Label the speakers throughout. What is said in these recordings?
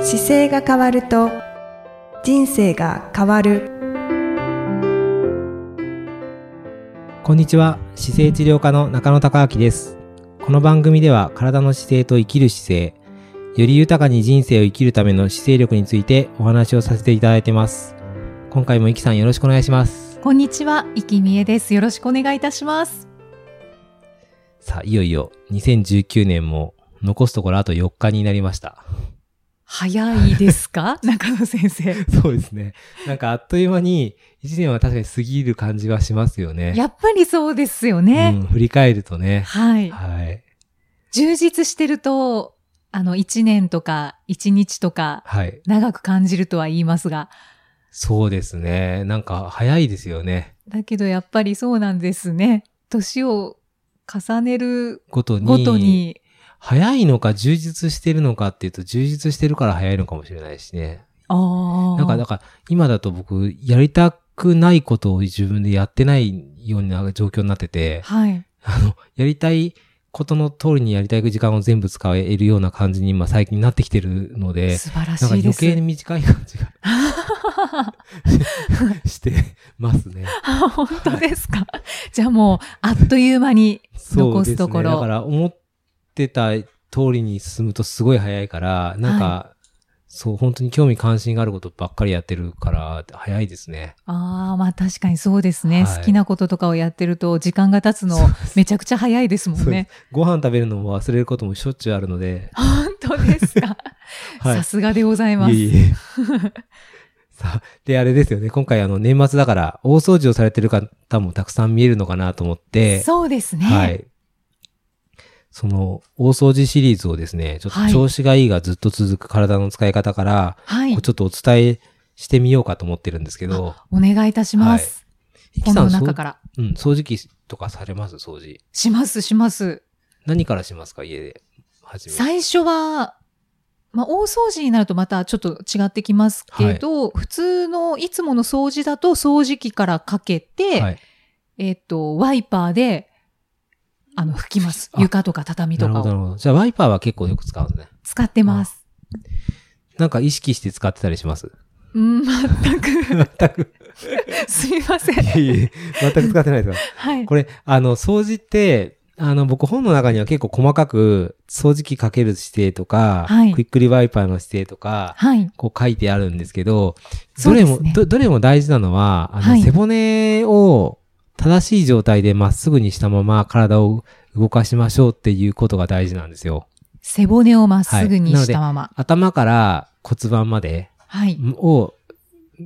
Speaker 1: 姿勢が変わると人生が変わる
Speaker 2: こんにちは姿勢治療科の中野孝明ですこの番組では体の姿勢と生きる姿勢より豊かに人生を生きるための姿勢力についてお話をさせていただいてます今回もイキさんよろしくお願いします
Speaker 3: こんにちは、生きみえです。よろしくお願いいたします。
Speaker 2: さあいよいよ2019年も残すところあと4日になりました
Speaker 3: 早いです か中野先生。
Speaker 2: そうですねなんかあっという間に1年は確かに過ぎる感じはしますよね
Speaker 3: やっぱりそうですよ
Speaker 2: う
Speaker 3: ね。
Speaker 2: ん、振り返るとね
Speaker 3: はい。
Speaker 2: はい
Speaker 3: 充実してると、あの、一年とか、一日とか、
Speaker 2: はい
Speaker 3: 長く感じるとは言いますが、
Speaker 2: そうですねなんか早いですよね
Speaker 3: だけどやっぱりそうなんですね。年を重ねる
Speaker 2: ごとに
Speaker 3: ごとに、
Speaker 2: 早いのか充実してるのかっていうと充実してるから早いのかもしれないしね。
Speaker 3: ああ。
Speaker 2: なんか、だから今だと僕やりたくないことを自分でやってないような状況になってて、
Speaker 3: はい。
Speaker 2: あの、やりたいことの通りにやりたい時間を全部使えるような感じに今最近なってきてるので、
Speaker 3: 素晴ら
Speaker 2: なんか
Speaker 3: しいで
Speaker 2: 余
Speaker 3: す。
Speaker 2: 計に 短い感じが してますね。
Speaker 3: 本当ですか。 じゃあもう、あっという間に
Speaker 2: そうですね
Speaker 3: 残すところ
Speaker 2: だから思ってた通りに進むとすごい早いから、なんか、そう、本当に興味関心があることばっかりやってるから、早いですね。
Speaker 3: ああ、まあ確かにそうですね、
Speaker 2: はい
Speaker 3: 好きなこととかをやってると時間が経つの
Speaker 2: そうです
Speaker 3: めちゃくちゃ早いですもん
Speaker 2: そうで
Speaker 3: ね。
Speaker 2: す。ご飯食べるのも忘れることもしょっちゅうあるので、
Speaker 3: 本当ですか。
Speaker 2: はい
Speaker 3: さすがでございます。
Speaker 2: いえい えさあ、で、あれですよね。今回、あの、年末だから、大掃除をされてる方もたくさん見えるのかなと思って、
Speaker 3: そうですね。
Speaker 2: はい。その、大掃除シリーズをですね、ちょっと調子がいいがずっと続く体の使い方から、
Speaker 3: はい。
Speaker 2: こうちょっとお伝えしてみようかと思ってるんですけど、
Speaker 3: お願いいたします。
Speaker 2: イキ
Speaker 3: こ
Speaker 2: さ
Speaker 3: の
Speaker 2: ん、そ
Speaker 3: 中
Speaker 2: う
Speaker 3: から。
Speaker 2: うん、掃除機とかされます掃除。
Speaker 3: します、します。
Speaker 2: 何からしますか家で。始め。
Speaker 3: 最初は、まあ、大掃除になるとまたちょっと違ってきますけど、普通のいつもの掃除だと掃除機からかけて、
Speaker 2: はい。
Speaker 3: えっ、と、ワイパーで、あの、拭きます。
Speaker 2: あ
Speaker 3: 床とか畳
Speaker 2: な
Speaker 3: と
Speaker 2: る
Speaker 3: か
Speaker 2: ほど、な
Speaker 3: を
Speaker 2: るほど。じゃあ、ワイパーは結構よく使うんですね。
Speaker 3: 使ってます。
Speaker 2: なんか意識して使ってたりします
Speaker 3: うん、全く、
Speaker 2: 全 く。
Speaker 3: すみません。
Speaker 2: いえいえ、全く使ってないです
Speaker 3: はい。
Speaker 2: これ、あの、掃除って、あの、僕本の中には結構細かく、掃除機かける姿勢とか、
Speaker 3: はい
Speaker 2: クイックリワイパーの姿勢とか、
Speaker 3: はい。
Speaker 2: こう書いてあるんですけど、
Speaker 3: そ
Speaker 2: ど
Speaker 3: う
Speaker 2: れ
Speaker 3: です
Speaker 2: も、
Speaker 3: ね
Speaker 2: どどれも大事なのは、あの、
Speaker 3: はい
Speaker 2: 背骨を正しい状態でまっすぐにしたまま体を動かしましょうっていうことが大事なんですよ。
Speaker 3: 背骨をまっすぐにしたまま。
Speaker 2: 頭から骨盤まで
Speaker 3: はい。
Speaker 2: を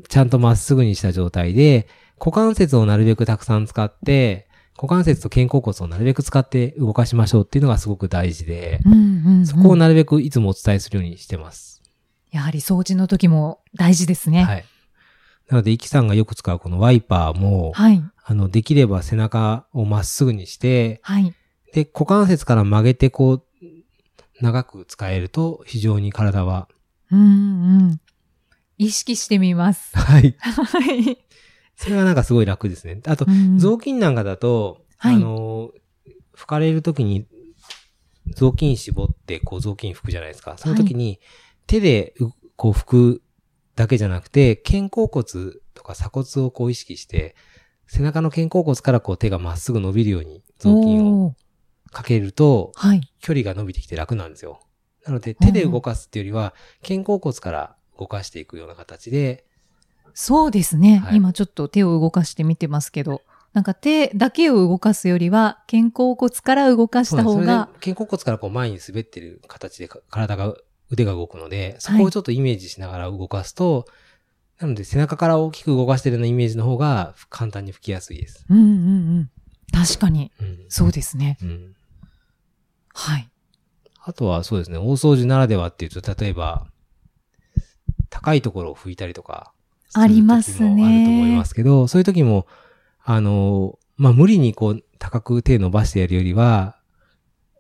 Speaker 2: ちゃんとまっすぐにした状態で、股関節をなるべくたくさん使って、股関節と肩甲骨をなるべく使って動かしましょうっていうのがすごく大事で、
Speaker 3: うんうん、うん。
Speaker 2: そこをなるべくいつもお伝えするようにしてます。
Speaker 3: やはり掃除の時も大事ですね。
Speaker 2: はい。なので、イキさんがよく使うこのワイパーも、
Speaker 3: はい。
Speaker 2: あの、できれば背中をまっすぐにして、
Speaker 3: はい。
Speaker 2: で、股関節から曲げてこう、長く使えると非常に体は。
Speaker 3: うんうん。意識してみます。
Speaker 2: はい。
Speaker 3: はい。
Speaker 2: それはなんかすごい楽ですね。あと
Speaker 3: う、ん
Speaker 2: 雑巾なんかだと、
Speaker 3: はい
Speaker 2: あの、拭かれるときに、雑巾絞って、こう雑巾拭くじゃないですか。その時に、手でう、こう拭くだけじゃなくて、肩甲骨とか鎖骨をこう意識して、背中の肩甲骨からこう手がまっすぐ伸びるように雑巾を
Speaker 3: おー
Speaker 2: かけると、
Speaker 3: はい。
Speaker 2: 距離が伸びてきて楽なんですよ。なので、手で動かすっていうよりは、肩甲骨から動かしていくような形で、
Speaker 3: そうですね、
Speaker 2: はい
Speaker 3: 今ちょっと手を動かしてみてますけど、なんか手だけを動かすよりは、肩甲骨から動かし
Speaker 2: そ
Speaker 3: た方
Speaker 2: うなん
Speaker 3: が
Speaker 2: です、それで肩甲骨からこう前に滑ってる形でか体が、腕が動くので、そこをちょっとイメージしながら動かすと、なので背中から大きく動かしてるようなイメージの方が簡単に吹きやすいです。
Speaker 3: うんうんうん。確かに、
Speaker 2: うん。
Speaker 3: そうですね。
Speaker 2: うん。
Speaker 3: はい。
Speaker 2: あとはそうですね、大掃除ならではっていうと、例えば、高いところを拭いたりとか、
Speaker 3: ありますね
Speaker 2: する時もあると思いますけど、そういう時も、あの、まあ、無理にこう、高く手伸ばしてやるよりは、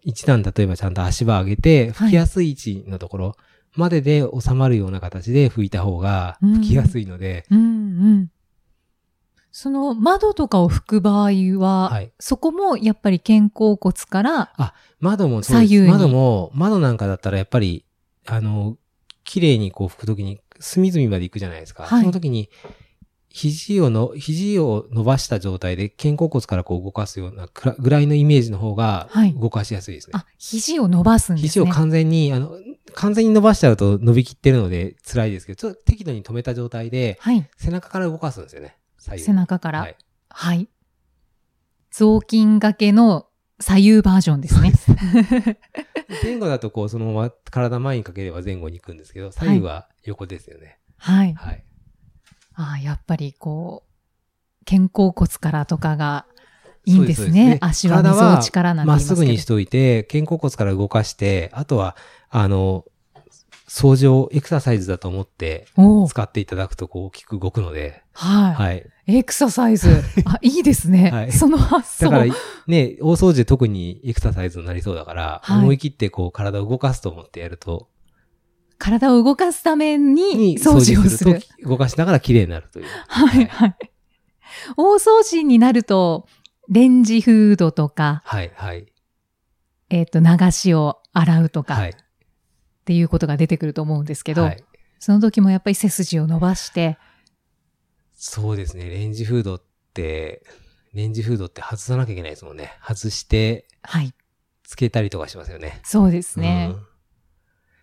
Speaker 2: 一段例えばちゃんと足場上げて、
Speaker 3: はい
Speaker 2: 拭きやすい位置のところまでで収まるような形で拭いた方が、
Speaker 3: うん
Speaker 2: 拭きやすいので、
Speaker 3: うんうん。その窓とかを拭く場合は、
Speaker 2: はい
Speaker 3: そこもやっぱり肩甲骨から、
Speaker 2: 窓もそうです
Speaker 3: 左右に
Speaker 2: 窓も、窓なんかだったらやっぱり、あの、綺麗にこう拭くときに、隅々まで行くじゃないですか。
Speaker 3: はい
Speaker 2: その時に、肘をの、肘を伸ばした状態で肩甲骨からこう動かすようなくらぐらいのイメージの方が
Speaker 3: はい、
Speaker 2: 動かしやすいですね。
Speaker 3: あ、肘を伸ばすんですね。
Speaker 2: 肘を完全に、あの、完全に伸ばしちゃうと伸びきってるので辛いですけど、ちょっと適度に止めた状態で、
Speaker 3: はい。
Speaker 2: 背中から動かすんですよね。左右。
Speaker 3: 背中から。
Speaker 2: はい。
Speaker 3: はい。雑巾掛けの左右バージョンですね。
Speaker 2: 前後だとこう、そのまま体前にかければ前後に行くんですけど、左右は横ですよね。
Speaker 3: はい。
Speaker 2: はい。
Speaker 3: ああ、やっぱりこう、肩甲骨からとかがいいんですね。
Speaker 2: そう
Speaker 3: 足
Speaker 2: そう
Speaker 3: は
Speaker 2: 体
Speaker 3: 水を力なんて言い
Speaker 2: ま
Speaker 3: ま
Speaker 2: っ
Speaker 3: すけ
Speaker 2: す
Speaker 3: ど。
Speaker 2: ぐにしといて、肩甲骨から動かして、あとは、あの、掃除をエクササイズだと思って
Speaker 3: おお
Speaker 2: 使っていただくとこう大きく動くので、
Speaker 3: は
Speaker 2: はい。
Speaker 3: い。エクササイズ。 あ、いいですね。
Speaker 2: はい
Speaker 3: その発
Speaker 2: だ
Speaker 3: 想。
Speaker 2: から、ね、大掃除で特にエクササイズになりそうだから、
Speaker 3: はい
Speaker 2: 思い切ってこう体を動かすと思ってやると、
Speaker 3: 体を動かすために
Speaker 2: に
Speaker 3: 掃除をする。
Speaker 2: と動かしながら綺麗になるという。
Speaker 3: はい、はい。大掃除になると、レンジフードとか、
Speaker 2: はい、はい、
Speaker 3: えっ、と、流しを洗うとか、
Speaker 2: はい。
Speaker 3: っていうことが出てくると思うんですけど、
Speaker 2: はい
Speaker 3: その時もやっぱり背筋を伸ばして、
Speaker 2: そうですね、レンジフードって、レンジフードって外さなきゃいけないですもんね。外して、
Speaker 3: はい、
Speaker 2: つけたりとかしますよね。
Speaker 3: そうですね。
Speaker 2: うん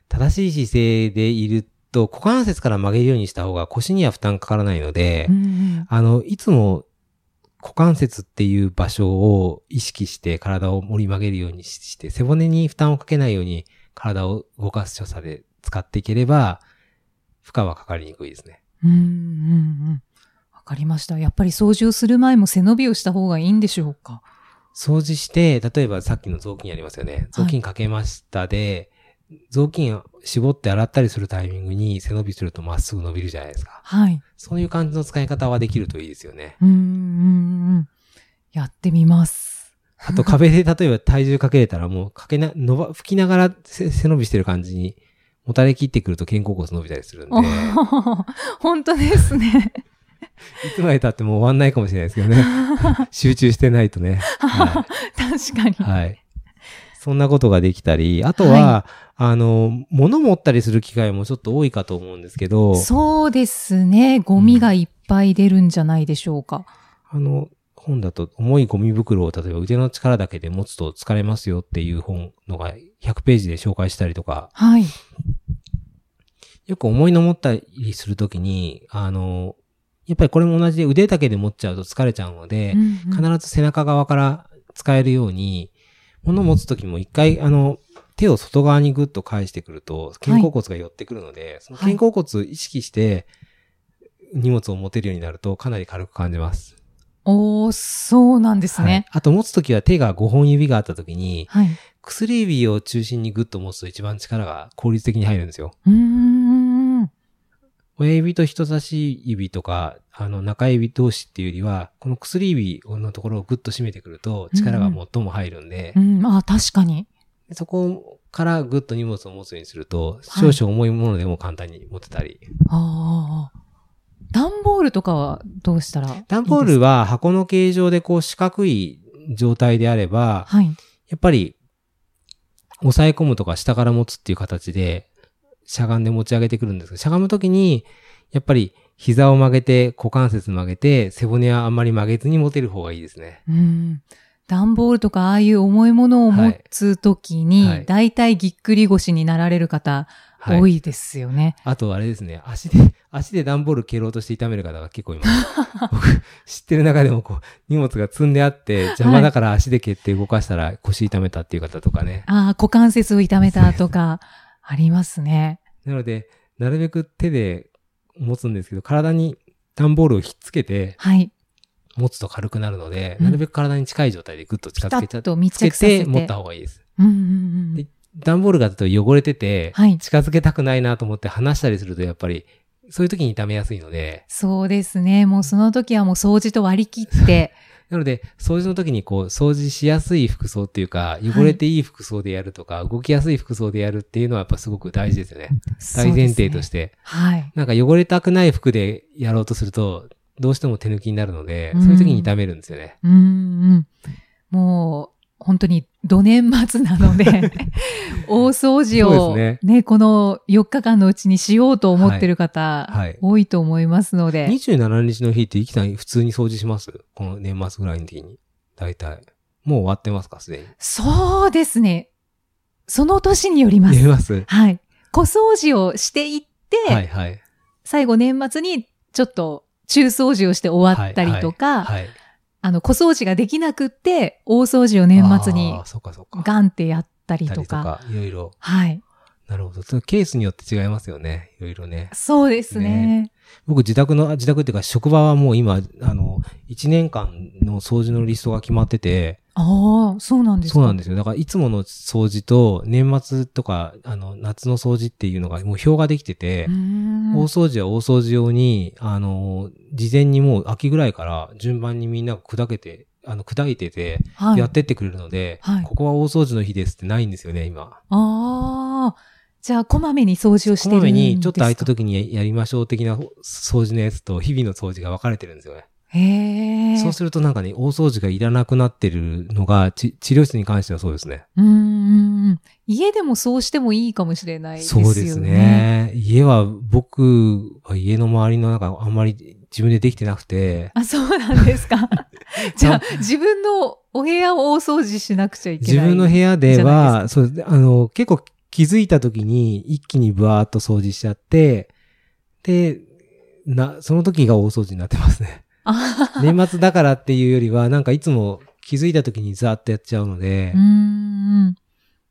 Speaker 2: 正しい姿勢でいると、股関節から曲げるようにした方が腰には負担かからないので、
Speaker 3: うんうん
Speaker 2: あの、いつも股関節っていう場所を意識して体を盛り曲げるようにしして、背骨に負担をかけないように体を動かす所作で使っていければ、負荷はかかりにくいですね。
Speaker 3: うんうんうんわかりました。やっぱり掃除をする前も背伸びをした方がいいんでしょうか。
Speaker 2: 掃除して、例えばさっきの雑巾ありますよね。雑巾かけましたで、雑巾を絞って洗ったりするタイミングに背伸びするとまっすぐ伸びるじゃないですか。
Speaker 3: はい。
Speaker 2: そういう感じの使い方はできるといいですよね。
Speaker 3: うんうんうんやってみます。
Speaker 2: あと壁 で例えば体重かけれたらもうかけな、伸ば、吹きながらせ背伸びしてる感じに、もたれ切ってくると肩甲骨伸びたりするんで、
Speaker 3: お
Speaker 2: い
Speaker 3: ー 本当ですね。
Speaker 2: つまで経っても終わんないかもしれないですけど ね。集中してないとね。は
Speaker 3: 確かに。
Speaker 2: い。はい。そんなことができたり、あとは、あの、物持ったりする機会もちょっと多いかと思うんですけど、
Speaker 3: そうですね。ゴミがいっぱい出るんじゃないでしょうか。
Speaker 2: あの、本だと重いゴミ袋を例えば腕の力だけで持つと疲れますよっていう本のが100ページで紹介したりとか、
Speaker 3: はい。
Speaker 2: よく思いの持ったりするときに、あの、やっぱりこれも同じで腕だけで持っちゃうと疲れちゃうので
Speaker 3: う、んうん
Speaker 2: 必ず背中側から使えるように、物持つときも一回、あの、手を外側にグッと返してくると、肩甲骨が寄ってくるので、その肩甲骨を意識して、荷物を持てるようになるとかなり軽く感じます。
Speaker 3: おー、そうなんです
Speaker 2: はい
Speaker 3: ね。
Speaker 2: あと持つときは手が5本指があったときに、
Speaker 3: はい。
Speaker 2: 薬指を中心にグッと持つと一番力が効率的に入るんですよ。
Speaker 3: うーん。
Speaker 2: 親指と人差し指とか、あの、中指同士っていうよりは、この薬指のところをグッと締めてくると力が最も入るんで、
Speaker 3: うん、あ、確かに。
Speaker 2: そこからグッと荷物を持つようにすると、少々重いものでも簡単に持てたり。
Speaker 3: ああ。段ボールとかはどうしたらいいですか
Speaker 2: 段ボールは箱の形状でこう四角い状態であれば、
Speaker 3: はい。
Speaker 2: やっぱり、押さえ込むとか下から持つっていう形で、しゃがんで持ち上げてくるんですけど、しゃがむときに、やっぱり膝を曲げて、股関節曲げて、背骨はあんまり曲げずに持てる方がいいですね。
Speaker 3: うん。段ボールとかああいう重いものを持つときに、
Speaker 2: はい
Speaker 3: だいたいぎっくり腰になられる方、
Speaker 2: はい。
Speaker 3: 多いですよね。
Speaker 2: あとあれですね、足で、 足で段ボール蹴ろうとして痛める方が結構い ます。僕、知ってる中でもこう、荷物が積んであって、邪魔だから足で蹴って動かしたら腰痛めたっていう方とかね。
Speaker 3: ああ、股関節を痛めたとか、ありますね。
Speaker 2: なので、なるべく手で持つんですけど、体に段ボールをひっつけて、
Speaker 3: はい。
Speaker 2: 持つと軽くなるので、
Speaker 3: うん
Speaker 2: なるべく体に近い状態でグッと近
Speaker 3: ピタ
Speaker 2: づけちゃ
Speaker 3: ッ
Speaker 2: って、
Speaker 3: と密
Speaker 2: つけ
Speaker 3: 着させて。
Speaker 2: て持った方がいいです。
Speaker 3: うんうんうん
Speaker 2: で段ボールが例えば汚れてて、
Speaker 3: はい
Speaker 2: 近づけたくないなと思って離したりすると、やっぱり、そういう時に痛めやすいので、
Speaker 3: そうですね。もうその時はもう掃除と割り切って、。
Speaker 2: なので、掃除の時にこう、掃除しやすい服装っていうか、汚れていい服装でやるとか、動きやすい服装でやるっていうのはやっぱすごく大事ですよね。 大前提としてて。
Speaker 3: はい。
Speaker 2: なんか汚れたくない服でやろうとすると、どうしても手抜きになるので、
Speaker 3: うん
Speaker 2: そういう時に痛めるんですよね。
Speaker 3: うんうん。もう、本当に土年末な ので、大掃除
Speaker 2: そう
Speaker 3: を
Speaker 2: で
Speaker 3: ね、この4日間のうちにしようと思ってる方、
Speaker 2: はいはい
Speaker 3: 多いと思いますので、
Speaker 2: 27日の日って、イキさん普通に掃除しますこの年末ぐらいの時に。大体。もう終わってますかすでに。
Speaker 3: そうですね。その年によりま
Speaker 2: 見え
Speaker 3: す。
Speaker 2: ます
Speaker 3: はい。小掃除をしていって、
Speaker 2: はいはい。
Speaker 3: 最後年末にちょっと中掃除をして終わったりとか、
Speaker 2: はい。
Speaker 3: あの、小掃除ができなくって、大掃除を年末に
Speaker 2: あーそうかそうか。
Speaker 3: ガンってやったり
Speaker 2: った
Speaker 3: と
Speaker 2: りと
Speaker 3: か。
Speaker 2: か。いろいろ。
Speaker 3: はい。
Speaker 2: なるほど。そのケースによって違いますよね。いろいろね。
Speaker 3: そうですね。
Speaker 2: 僕、自宅の、あ自宅っていうか、職場はもう今、あの、1年間の掃除のリストが決まってて、
Speaker 3: ああ、そうなんですか。
Speaker 2: そうなん
Speaker 3: で
Speaker 2: ですよ。だから、いつもの掃除と、年末とか、あの、夏の掃除っていうのが、もう表ができてて、大掃除は大掃除用に、あの、事前にもう秋ぐらいから順番にみんなが砕けて、あの、砕いてて、
Speaker 3: はい、
Speaker 2: やってってくれるので、
Speaker 3: はい
Speaker 2: ここは大掃除の日ですってないんですよね、今。
Speaker 3: ああ、じゃあ、こまめに掃除をして
Speaker 2: こ
Speaker 3: るんですか
Speaker 2: まめに、ちょっと空いた時にやりましょう的な掃除のやつと、日々の掃除が分かれてるんですよね。
Speaker 3: へえ。
Speaker 2: そうするとなんかね、大掃除がいらなくなってるのが、ち治療室に関してはそうですね。
Speaker 3: うーん。家でもそうしてもいいかもしれないですよ
Speaker 2: そ
Speaker 3: ね。
Speaker 2: うです。ね。家は、僕は家の周りの中、あんまり自分でできてなくて、
Speaker 3: あ、そうなんで すか。じゃあ、自分のお部屋を大掃除しなくちゃいけない。
Speaker 2: 自分の部屋で
Speaker 3: じゃない
Speaker 2: は、そうですあの、結構気づいた時に一気にブワーッと掃除しちゃって、で、な、その時が大掃除になってます ね。
Speaker 3: あー
Speaker 2: 年末だからっていうよりは、なんかいつも気づいた時にザーッとやっちゃうので
Speaker 3: うー、ん。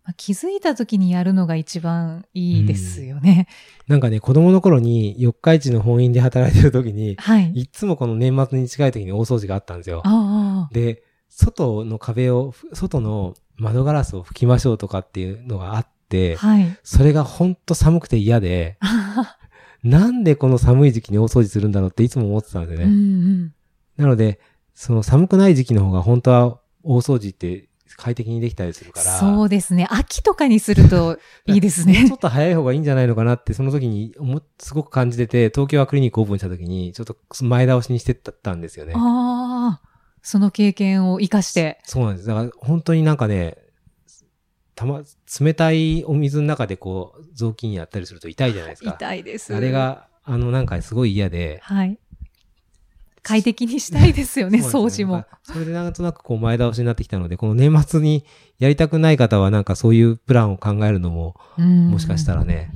Speaker 3: まあ気づいた時にやるのが一番いいですよね。
Speaker 2: なんかね、子供の頃に四日市の本院で働いてる時に、
Speaker 3: はい。
Speaker 2: いつもこの年末に近い時に大掃除があったんですよ。
Speaker 3: ああ。
Speaker 2: で、外の壁を、外の窓ガラスを拭きましょうとかっていうのがあって、
Speaker 3: はい。
Speaker 2: それがほんと寒くて嫌で、なんでこの寒い時期に大掃除するんだろうっていつも思ってたんで
Speaker 3: う
Speaker 2: ね。
Speaker 3: んうん。
Speaker 2: なので、その寒くない時期の方が本当は大掃除って快適にできたりするから、
Speaker 3: そうですね。秋とかにす るといいです
Speaker 2: ちょ
Speaker 3: ね。
Speaker 2: っと早い方がいいんじゃないのかなって、その時に思っすごく感じてて、東京はクリニックオープンした時に、ちょっと前倒しにしてったんですよね。
Speaker 3: ああ。その経験を生かして。
Speaker 2: そうなんです。だから本当になんかね、たま、冷たいお水の中でこう、雑巾やったりすると痛いじゃないですか。
Speaker 3: 痛いです。
Speaker 2: あれ。が、あの、なんかすごい嫌で。
Speaker 3: はい。快適にしたいですよね、
Speaker 2: そうなん
Speaker 3: 掃
Speaker 2: です
Speaker 3: 除
Speaker 2: よ
Speaker 3: も。。
Speaker 2: それでなんとなくこう前倒しになってきたので、この年末にやりたくない方はなんかそういうプランを考えるのも、も
Speaker 3: も
Speaker 2: しかしたら。ね、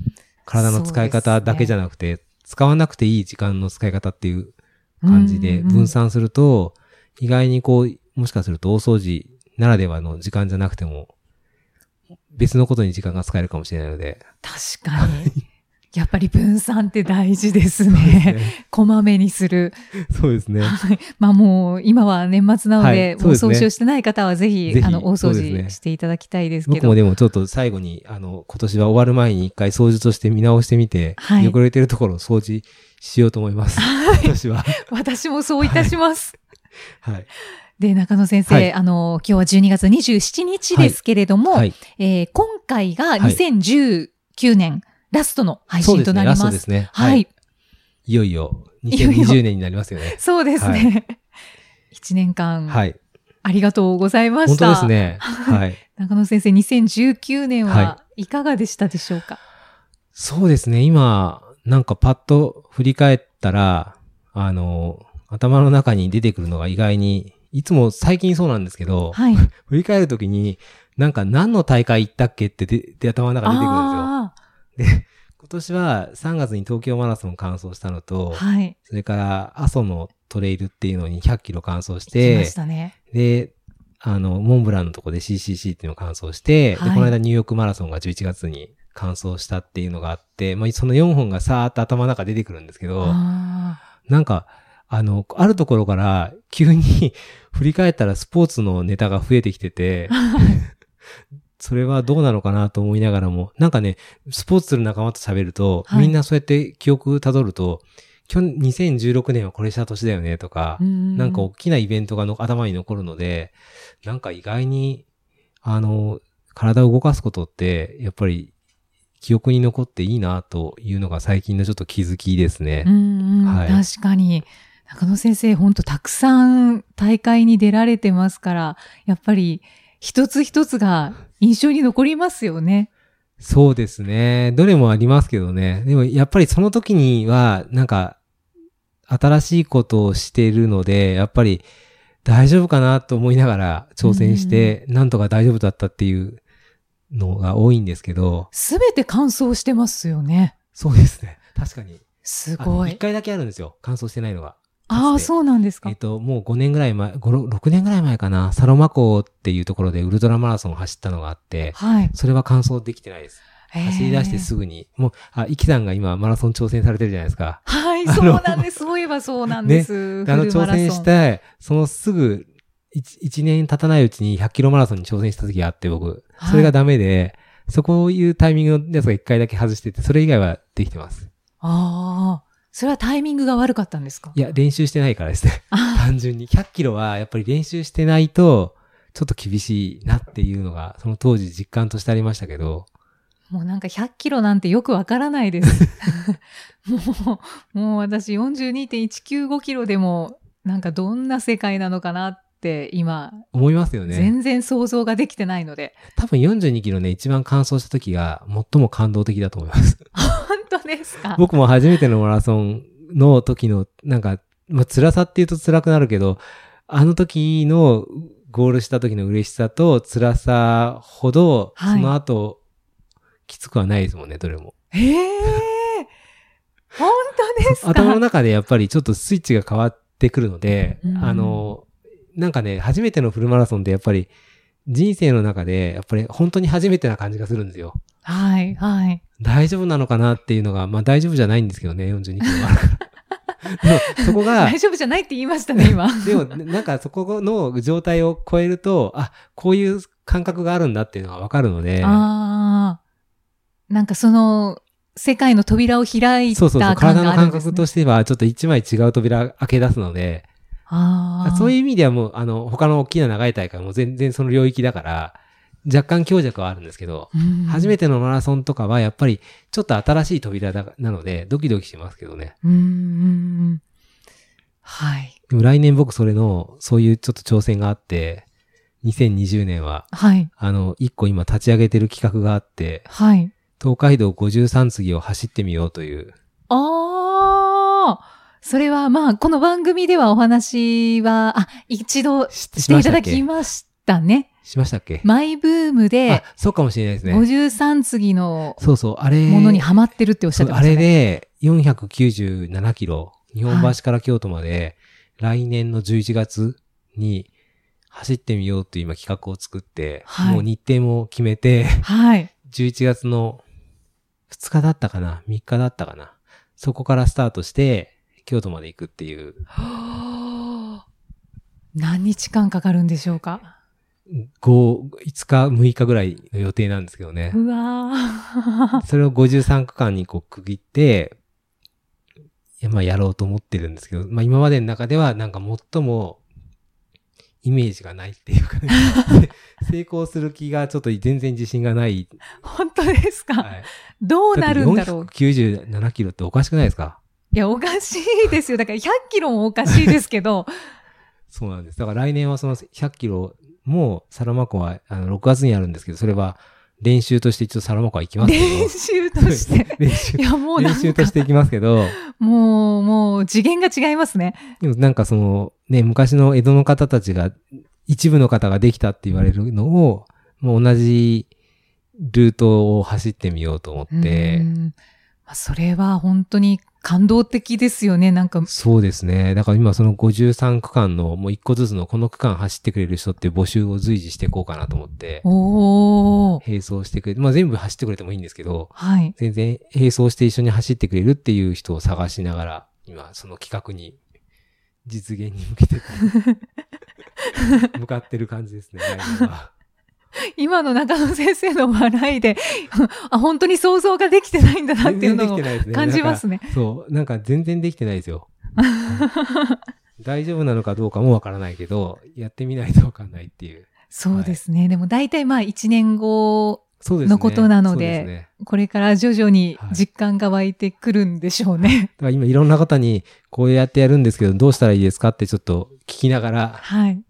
Speaker 2: 体の使い方だけじゃなくて、使わなくていい時間の使い方っていう感じで
Speaker 3: うんうん
Speaker 2: 分散すると、意外にこう、もしかすると大掃除ならではの時間じゃなくても、別のことに時間が使えるかもしれないので、
Speaker 3: 確かに。やっぱり分散って大事ですね。 こまめにする。
Speaker 2: そうですね。
Speaker 3: はいまあもう今は年末なの
Speaker 2: は
Speaker 3: で、
Speaker 2: い
Speaker 3: もう
Speaker 2: そ
Speaker 3: 掃
Speaker 2: うです
Speaker 3: 除
Speaker 2: ね
Speaker 3: をしてない方はぜひ、
Speaker 2: ぜひ
Speaker 3: あの、大
Speaker 2: そ
Speaker 3: 掃
Speaker 2: うです
Speaker 3: 除
Speaker 2: ね
Speaker 3: していただきたいですけ
Speaker 2: 僕
Speaker 3: ど。
Speaker 2: もでもちょっと最後に、あの、今年は終わる前に一回掃除として見直してみて、
Speaker 3: はい
Speaker 2: 汚れてるところを掃除しようと思います。今年は。
Speaker 3: 私もそういたします。
Speaker 2: はい。
Speaker 3: で、中野先生、
Speaker 2: はい
Speaker 3: あの、今日は12月27日ですけれども、
Speaker 2: はい。
Speaker 3: えー今回が
Speaker 2: い
Speaker 3: 2019年ラストの配
Speaker 2: そうで
Speaker 3: 信と
Speaker 2: すね。
Speaker 3: なりま
Speaker 2: ラ
Speaker 3: す。
Speaker 2: ストですね。
Speaker 3: はい。。
Speaker 2: いよいよ、
Speaker 3: いよいよ
Speaker 2: 2020年になりますよね。
Speaker 3: そうですね。一1年間、
Speaker 2: はい。
Speaker 3: ありがとうございま
Speaker 2: 本
Speaker 3: した。
Speaker 2: 当ですね。はい。
Speaker 3: 中野先生、2019年は
Speaker 2: はい
Speaker 3: かがでしたでしょうか、
Speaker 2: そうですね。今、なんかパッと振り返ったら、あの、頭の中に出てくるのが意外に、いつも最近そうなんですけど、
Speaker 3: はい。
Speaker 2: 振り返るときに、なんか何の大会行ったっけってでで頭の中に出てくるんですよ。
Speaker 3: あ
Speaker 2: 今年は3月に東京マラソン完走したの
Speaker 3: あ、
Speaker 2: と、
Speaker 3: はい。
Speaker 2: それから阿蘇のトレイルっていうのに100キロ完走し
Speaker 3: 来ま
Speaker 2: て
Speaker 3: し、たね。
Speaker 2: で、あの、モンブランのとこで CCC っていうのを完走して、
Speaker 3: はい
Speaker 2: で、この間ニューヨークマラソンが11月に完走したっていうのがあって、まあ、その4本がさーっと頭の中出てくるんですけど、
Speaker 3: あ
Speaker 2: なんか、あの、あるところから急に 振り返ったらスポーツのネタが増えてきてて、それはどうなのかなと思いながらも、なんかね、スポーツする仲間と喋ると、
Speaker 3: はい
Speaker 2: みんなそうやって記憶たどると、去年2016年はこれした年だよねとか、
Speaker 3: あ、
Speaker 2: な
Speaker 3: な
Speaker 2: んか大きなイベントがの頭に残るので、なんか意外に、あの、体を動かすことって、やっぱり記憶に残っていいなというのが最近のちょっと気づきですね。
Speaker 3: うんうん、
Speaker 2: はい
Speaker 3: 確かに。中野先生、本当たくさん大会に出られてますから、やっぱり一つ一つが印象に残りますよね。
Speaker 2: そうですね。どれもありますけどね。でもやっぱりその時には、なんか、新しいことをしてるので、やっぱり大丈夫かなと思いながら挑戦して、なんとか大丈夫だったっていうのが多いんですけど、
Speaker 3: すべて乾燥してますよね。
Speaker 2: そうですね。確かに。
Speaker 3: す
Speaker 2: あの
Speaker 3: ご
Speaker 2: 一
Speaker 3: い。
Speaker 2: 回だけあるんですよ。乾燥してないのが。
Speaker 3: ああー、
Speaker 2: かつて
Speaker 3: そうなんですか
Speaker 2: えっ。と、もう5年ぐらい前、5、6年ぐらい前かな、サロマ湖っていうところでウルトラマラソンを走ったのがあって、
Speaker 3: はい。
Speaker 2: それは完走できてないです。走り出して
Speaker 3: ぐ。
Speaker 2: すぐに、もう、あ、イキさんが今マラソン挑戦されてるじゃないですか。
Speaker 3: はい、
Speaker 2: あの
Speaker 3: そうなんです。そういえばそうなん です。
Speaker 2: であの
Speaker 3: フルマ
Speaker 2: 挑
Speaker 3: ラソン
Speaker 2: 戦して、そのすぐ1、一年経たないうちに100キロマラソンに挑戦した時があって僕、
Speaker 3: はい
Speaker 2: それがダメで、そこいうタイミングのやつが1回だけ外してて、それ以外はできてます。
Speaker 3: ああ、それはタイミングが悪かったんですか
Speaker 2: いや、練習してないからですね。
Speaker 3: あ
Speaker 2: 単純に。100キロはやっぱり練習してないと、ちょっと厳しいなっていうのが、その当時実感としてありましたけど、
Speaker 3: もうなんか100キロなんてよくわからないです。もう、もう私42.195キロでも、なんかどんな世界なのかなって今、
Speaker 2: 思いますよね。
Speaker 3: 全然想像ができてないので。
Speaker 2: 多分42キロね、一番完走した時が最も感動的だと思い ます。
Speaker 3: 本当ですか
Speaker 2: 僕も初めてのマラソンの時の、なんか、まあ、辛さって言うと辛くなるけど、あの時のゴールした時の嬉しさと辛さほど、
Speaker 3: はい
Speaker 2: その後、きつくはないですもんね、どれも。
Speaker 3: ええ本当ですか
Speaker 2: 頭の中でやっぱりちょっとスイッチが変わってくるので、
Speaker 3: うん
Speaker 2: あの、なんかね、初めてのフルマラソンってやっぱり人生の中で、やっぱり本当に初めてな感じがするんですよ。
Speaker 3: はい、はい。
Speaker 2: 大丈夫なのかなっていうのが、まあ大丈夫じゃないんですけどね、42キロ はあるから。でもそこが
Speaker 3: 大、丈夫じゃないって言いましたね、 今。
Speaker 2: でも、なんかそこの状態を超えると、あ、こういう感覚があるんだっていうのがわかるので、
Speaker 3: ああ。なんかその、世界の扉を開いた
Speaker 2: そうそうそう、
Speaker 3: 感
Speaker 2: 体の
Speaker 3: がある
Speaker 2: 感
Speaker 3: んです、ね、
Speaker 2: 覚としては、ちょっと一枚違う扉開け出すので、
Speaker 3: ああ。
Speaker 2: そういう意味ではもう、あの、他の大きな長い大会も全然その領域だから、若干強弱はあるんですけど、
Speaker 3: うん
Speaker 2: 初めてのマラソンとかはやっぱりちょっと新しい扉だなので、ドキドキしますけどね。
Speaker 3: うんうんうん。はい。
Speaker 2: でも来年僕それの、そういうちょっと挑戦があって、2020年は、
Speaker 3: はい。
Speaker 2: あの、一個今立ち上げてる企画があって、
Speaker 3: はい。
Speaker 2: 東海道53次を走ってみようという。
Speaker 3: ああ。それはまあ、この番組ではお話は、あ、一度
Speaker 2: し
Speaker 3: していただき
Speaker 2: しま
Speaker 3: ましたね。
Speaker 2: しましたっけ
Speaker 3: マイブームで
Speaker 2: あ、、そうかもしれないですね。
Speaker 3: 53次の
Speaker 2: そうそう、あれ。
Speaker 3: ものにハマってるっておっしゃってま
Speaker 2: あ
Speaker 3: した
Speaker 2: れ
Speaker 3: ね。
Speaker 2: で、497キロ、日本橋から京都まで、来年の11月に走ってみようという今企画を作って、
Speaker 3: はい
Speaker 2: もう日程も決めて、
Speaker 3: はい。
Speaker 2: 11月の2日だったかな ?3 日だったかなそこからスタートして、京都まで行くっていう、
Speaker 3: はあ何日間かかるんでしょうか
Speaker 2: 5、5日、6日ぐらいの予定なんですけどね。
Speaker 3: うわー
Speaker 2: それを53区間にこう区切って、いやまあやろうと思ってるんですけど、まあ今までの中ではなんか最もイメージがないっていう か、ね、成功する気がちょっと全然自信がない。
Speaker 3: 本当です
Speaker 2: は
Speaker 3: か、
Speaker 2: い
Speaker 3: どうなるんだろう
Speaker 2: って497キロっておかしくないですか
Speaker 3: いや、おかしいですよ。だから100キロもおかしいですけど、
Speaker 2: そうなんです。だから来年はその100キロもサラマ湖はあの6月にあるんですけど、それは練習として一応サラマ湖は行き ますけど。
Speaker 3: 練習とし て。
Speaker 2: 練習
Speaker 3: いや、もうな
Speaker 2: 練
Speaker 3: ん
Speaker 2: 習と
Speaker 3: か
Speaker 2: し、て行きますけど、
Speaker 3: もう、もう次元が違いますね。
Speaker 2: でもなんかその、ね、昔の江戸の方たちが、一部の方ができたって言われるのを、もう同じルートを走ってみようと思って
Speaker 3: う、んまあ、それは本当に感動的ですよね。なんか、
Speaker 2: そうですね。だから今その53区間のもう一個ずつのこの区間走ってくれる人っていう募集を随時していこうかなと思って、
Speaker 3: おー。
Speaker 2: 並走してくれて、まあ全部走ってくれてもいいんですけど、
Speaker 3: はい。
Speaker 2: 全然並走して一緒に走ってくれるっていう人を探しながら、今その企画に、実現に向けて、 向かってる感じですね、来年は。
Speaker 3: 今の中野先生の笑いで、 あ、本当に想像ができてないんだなって
Speaker 2: 全
Speaker 3: い
Speaker 2: 然
Speaker 3: う
Speaker 2: でき
Speaker 3: のを
Speaker 2: てないですね。
Speaker 3: 感じますね。
Speaker 2: なんか。そう、なんか全然できてないですよ。大丈夫なのかどうかもわからないけど、やってみないとわかんないっていう。
Speaker 3: そうですね。でも大体まあ1年後、
Speaker 2: そうですね。
Speaker 3: のことなので
Speaker 2: そうすね
Speaker 3: これから徐々に
Speaker 2: はい
Speaker 3: 実感が湧いてくるんでしょうね。
Speaker 2: だから今いろんな方に、こうやってやるんですけど、どうしたらいいですかってちょっと聞きながら、
Speaker 3: はい。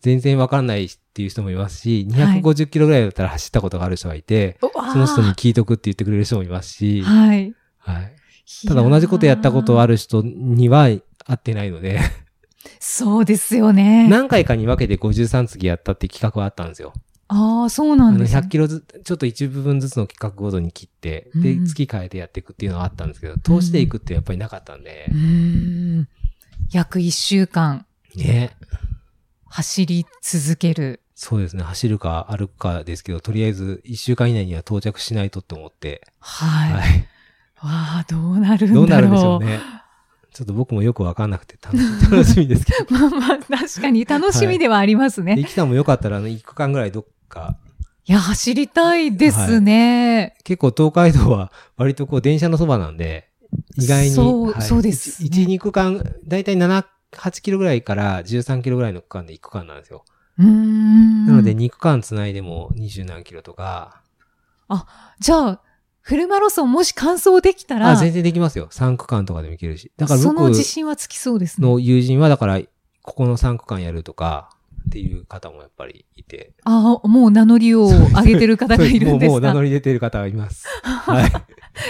Speaker 2: 全然わかんないっていう人もいますし、
Speaker 3: はい
Speaker 2: 250キロぐらいだったら走ったことがある人がいて、
Speaker 3: うわー
Speaker 2: その人に聞いとくって言ってくれる人もいますし、
Speaker 3: はい。
Speaker 2: はい。ただ同じことやったことあ
Speaker 3: る。
Speaker 2: る人には会ってないので、
Speaker 3: そうですよね。
Speaker 2: 何回かに分けて53次やったって企画はあったんですよ。
Speaker 3: ああ、そうな
Speaker 2: あ
Speaker 3: ん
Speaker 2: の
Speaker 3: です、
Speaker 2: 100
Speaker 3: ね。
Speaker 2: キロずつ、ちょっと一部分ずつの企画ごとに切って、
Speaker 3: う
Speaker 2: で
Speaker 3: ん、
Speaker 2: 月変えてやっていくっていうのはあったんですけど、通していくってやっぱりなかったんで
Speaker 3: う、ーん。約1週間
Speaker 2: ね。
Speaker 3: 走り続ける。
Speaker 2: そうですね。走るか歩くかですけど、とりあえず1週間以内には到着しないとって思って、
Speaker 3: はい。わ
Speaker 2: はい。
Speaker 3: あ、どうなるんだろう。
Speaker 2: どうなるんでしょうね。ちょっと僕もよくわかんなくて楽しみ 楽しみですけど。
Speaker 3: まあまあ、確かに楽しみではあります ね。
Speaker 2: で
Speaker 3: い、
Speaker 2: イキさんもよかったら、あの、1区間ぐらいどっか、
Speaker 3: や、走りたいですね。
Speaker 2: 結構東海道は割とこう電車のそばなんで、意外に。
Speaker 3: そう
Speaker 2: はい
Speaker 3: そうですね
Speaker 2: 1、2区間、だいたい7、8キロぐらいから13キロぐらいの区間で1区間なんですよ。
Speaker 3: うーん。
Speaker 2: なので2区間つないでも20何キロとか、
Speaker 3: じゃあ、フルマラソンもし完走できたら、
Speaker 2: あ、全然できますよ。3区間とかでもいけるし。だから
Speaker 3: そ
Speaker 2: 僕
Speaker 3: の自信はつきそうですね。
Speaker 2: の友人はだから、ここの3区間やるとか、っていう方もやっぱりいて。
Speaker 3: ああ、もう名乗りを上げてる方がいるん です
Speaker 2: もう、もう名乗
Speaker 3: か。
Speaker 2: り出てる方がい ます。はい。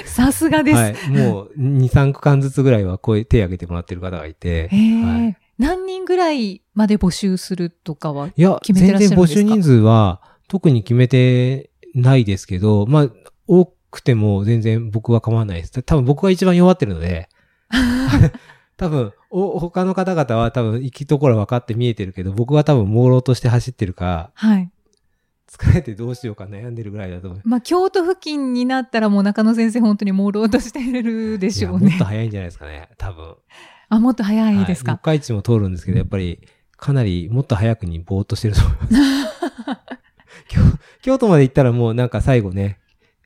Speaker 3: さすがです。
Speaker 2: はい。もう、2、3区間ずつぐらいはこういう手挙げてもらってる方がいて。
Speaker 3: へえ、
Speaker 2: はい
Speaker 3: 何人ぐらいまで募集するとかはい
Speaker 2: や、
Speaker 3: 決めてらっしゃるんですか
Speaker 2: 全然募集人数は特に決めてないですけど、まあ、多くても全然僕は構わないです。た多分僕が一番弱ってるの で、多分お、他の方々は多分行きところ分かって見えてるけど、僕は多分朦朧として走ってるか、
Speaker 3: はい。
Speaker 2: 疲れてどうしようか悩んでるぐらいだと思います。
Speaker 3: まあ、京都付近になったらもう中野先生本当に朦朧としてるで
Speaker 2: い
Speaker 3: し
Speaker 2: や
Speaker 3: ょう
Speaker 2: もっ
Speaker 3: ね
Speaker 2: と。早いんじゃないですかね、多分。
Speaker 3: あ、もっと早いです
Speaker 2: は
Speaker 3: か
Speaker 2: 四。日市も通るんですけど、やっぱり、かなりもっと早くにぼーっとしてると思いま す。京京都まで行ったらもうなんか最後ね、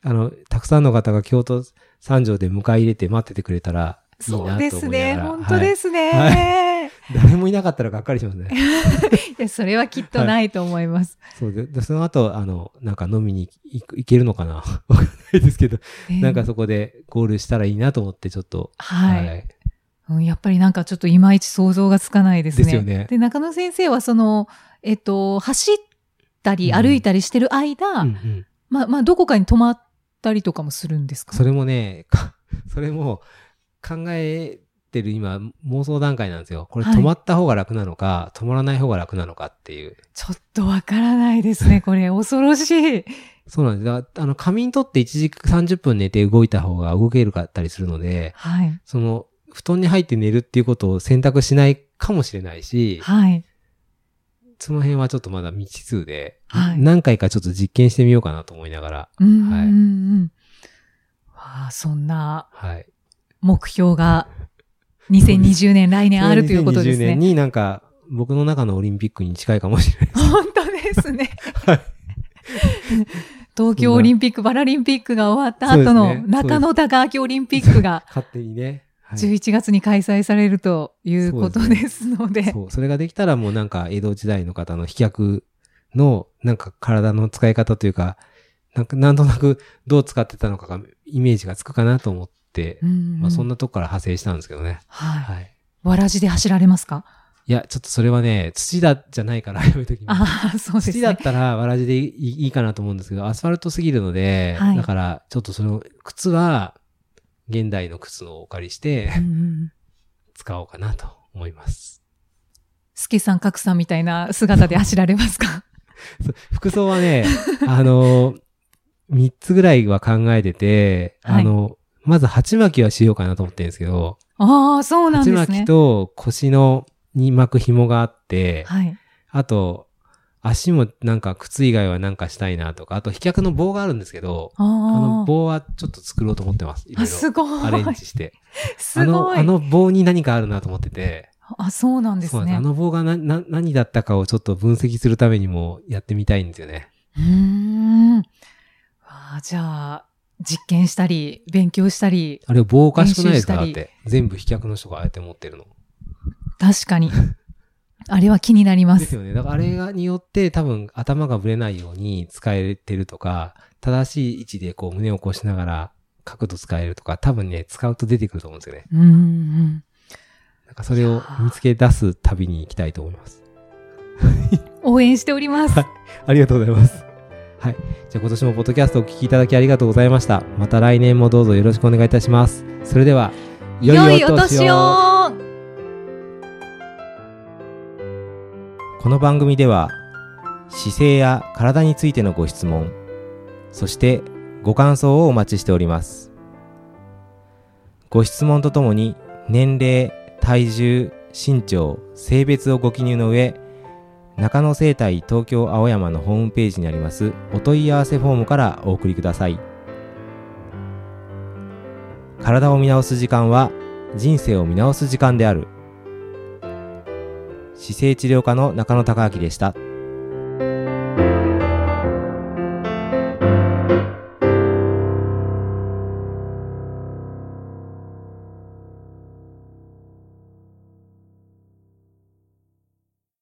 Speaker 2: あの、たくさんの方が京都三条で迎え入れて待っててくれたらいいなと思いな
Speaker 3: そう
Speaker 2: がら
Speaker 3: ですね。本当
Speaker 2: はい
Speaker 3: ですね。い
Speaker 2: 誰もいなかったらがっかりします ね。
Speaker 3: や、それはきっとないと思います。
Speaker 2: そうで、でその後、あの、なんか飲みに行く行けるのかな わかんないですけど、
Speaker 3: ね
Speaker 2: なんかそこでゴールしたらいいなと思ってちょっと、
Speaker 3: はい、うんやっぱりなんかちょっといまいち想像がつかないですね。
Speaker 2: ですよね
Speaker 3: で中野先生はその、えっと、走ったり
Speaker 2: うん
Speaker 3: 歩いたりしてる間、
Speaker 2: うんうん
Speaker 3: まあ、まあ、どこかに泊まったりとかもするんですか
Speaker 2: それもね、かそれも考えてる今妄想段階なんですよ。これ
Speaker 3: はい
Speaker 2: 止まった方が楽なのか、止まらない方が楽なのかっていう。
Speaker 3: ちょっとわからないですね、これ。恐ろしい。
Speaker 2: そうなんです。だからあの、仮眠取って1時間30分寝て動いた方が動けるかったりするので、
Speaker 3: はい。
Speaker 2: その、布団に入って寝るっていうことを選択しないかもしれないし、
Speaker 3: はい。
Speaker 2: その辺はちょっとまだ未知数で、
Speaker 3: はい
Speaker 2: 何回かちょっと実験してみようかなと思いながら、
Speaker 3: うんうんうん。わあそんな
Speaker 2: はい。
Speaker 3: 目標が2020年来年あるということで
Speaker 2: 2020
Speaker 3: す
Speaker 2: 年
Speaker 3: ね。
Speaker 2: になんか、僕の中のオリンピックに近いかもしれない。
Speaker 3: 本当ですね。東京オリンピック・パラリンピックが終わった後
Speaker 2: そうで
Speaker 3: の
Speaker 2: すね
Speaker 3: 中野高明オリンピックが
Speaker 2: 勝手にね。はい
Speaker 3: 11月に開催されるということですので、
Speaker 2: そう、それができたらもうなんか江戸時代の方の飛脚のなんか体の使い方というか、なんかなんとなくどう使ってたのかがイメージがつくかなと思って、
Speaker 3: うん
Speaker 2: まあそんなとこから派生したんですけどね。
Speaker 3: はい。
Speaker 2: はい。
Speaker 3: わらじで走られますか
Speaker 2: いや、ちょっとそれはね、土だじゃないからやめときます。
Speaker 3: ああ、そうで
Speaker 2: 土
Speaker 3: す
Speaker 2: だっ
Speaker 3: ね。
Speaker 2: たらわらじでいいいいかなと思うんですけど、アスファルトすぎるので、
Speaker 3: はい
Speaker 2: だからちょっとその靴は現代の靴をお借りして
Speaker 3: うんうん
Speaker 2: 使おうかなと思います。
Speaker 3: スケさん、格さんみたいな姿で走られますか
Speaker 2: そう服装はね、 あの、3つぐらいは考えてて、
Speaker 3: はい
Speaker 2: あの、まず鉢巻きはしようかなと思ってるんですけど、
Speaker 3: ああ、そうなん
Speaker 2: 鉢
Speaker 3: です
Speaker 2: 巻き
Speaker 3: ね。
Speaker 2: と腰のに巻く紐があって、
Speaker 3: はい。
Speaker 2: あと、足もなんか靴以外はなんかしたいなとか、あと飛脚の棒があるんですけど、
Speaker 3: あ
Speaker 2: あの
Speaker 3: ー
Speaker 2: 棒はちょっと作ろうと思ってます。いろ
Speaker 3: あ、
Speaker 2: い
Speaker 3: す
Speaker 2: ろ
Speaker 3: ご
Speaker 2: アレン
Speaker 3: い。
Speaker 2: ジして。あ
Speaker 3: す
Speaker 2: の、
Speaker 3: ご
Speaker 2: あ
Speaker 3: い。
Speaker 2: の棒に何かあるなと思ってて、
Speaker 3: あ、そうなんです
Speaker 2: そうなんです
Speaker 3: ね
Speaker 2: あ。の棒がなな何だったかをちょっと分析するためにもやってみたいんですよね。
Speaker 3: うーん。わあじゃあ、実験したり、勉強したり、
Speaker 2: あれ棒おかしくないですかだ
Speaker 3: 練
Speaker 2: っ
Speaker 3: 習したり
Speaker 2: て。全部飛脚の人があえて持ってるの。
Speaker 3: 確か に。あれは気になりま
Speaker 2: です
Speaker 3: す。
Speaker 2: よね。だからあれがによって多分頭がぶれないように使えてるとか、正しい位置でこう胸を起こしながら角度使えるとか、多分ね、使うと出てくると思うんですよね。
Speaker 3: うんうんうん。
Speaker 2: なんかそれを見つけ出す旅に行きたいと思います。
Speaker 3: 応援しております。
Speaker 2: はいありがとうございます。はい。じゃあ今年もポッドキャストをお聞きいただきありがとうございました。また来年もどうぞよろしくお願いいたします。それでは、
Speaker 3: 良いお年を
Speaker 2: この番組では姿勢や体についてのご質問そしてご感想をお待ちしておりますご質問とともに年齢体重身長性別をご記入の上中野生態東京青山のホームページにありますお問い合わせフォームからお送りください体を見直す時間は人生を見直す時間である姿勢治療科の中野孝明でした。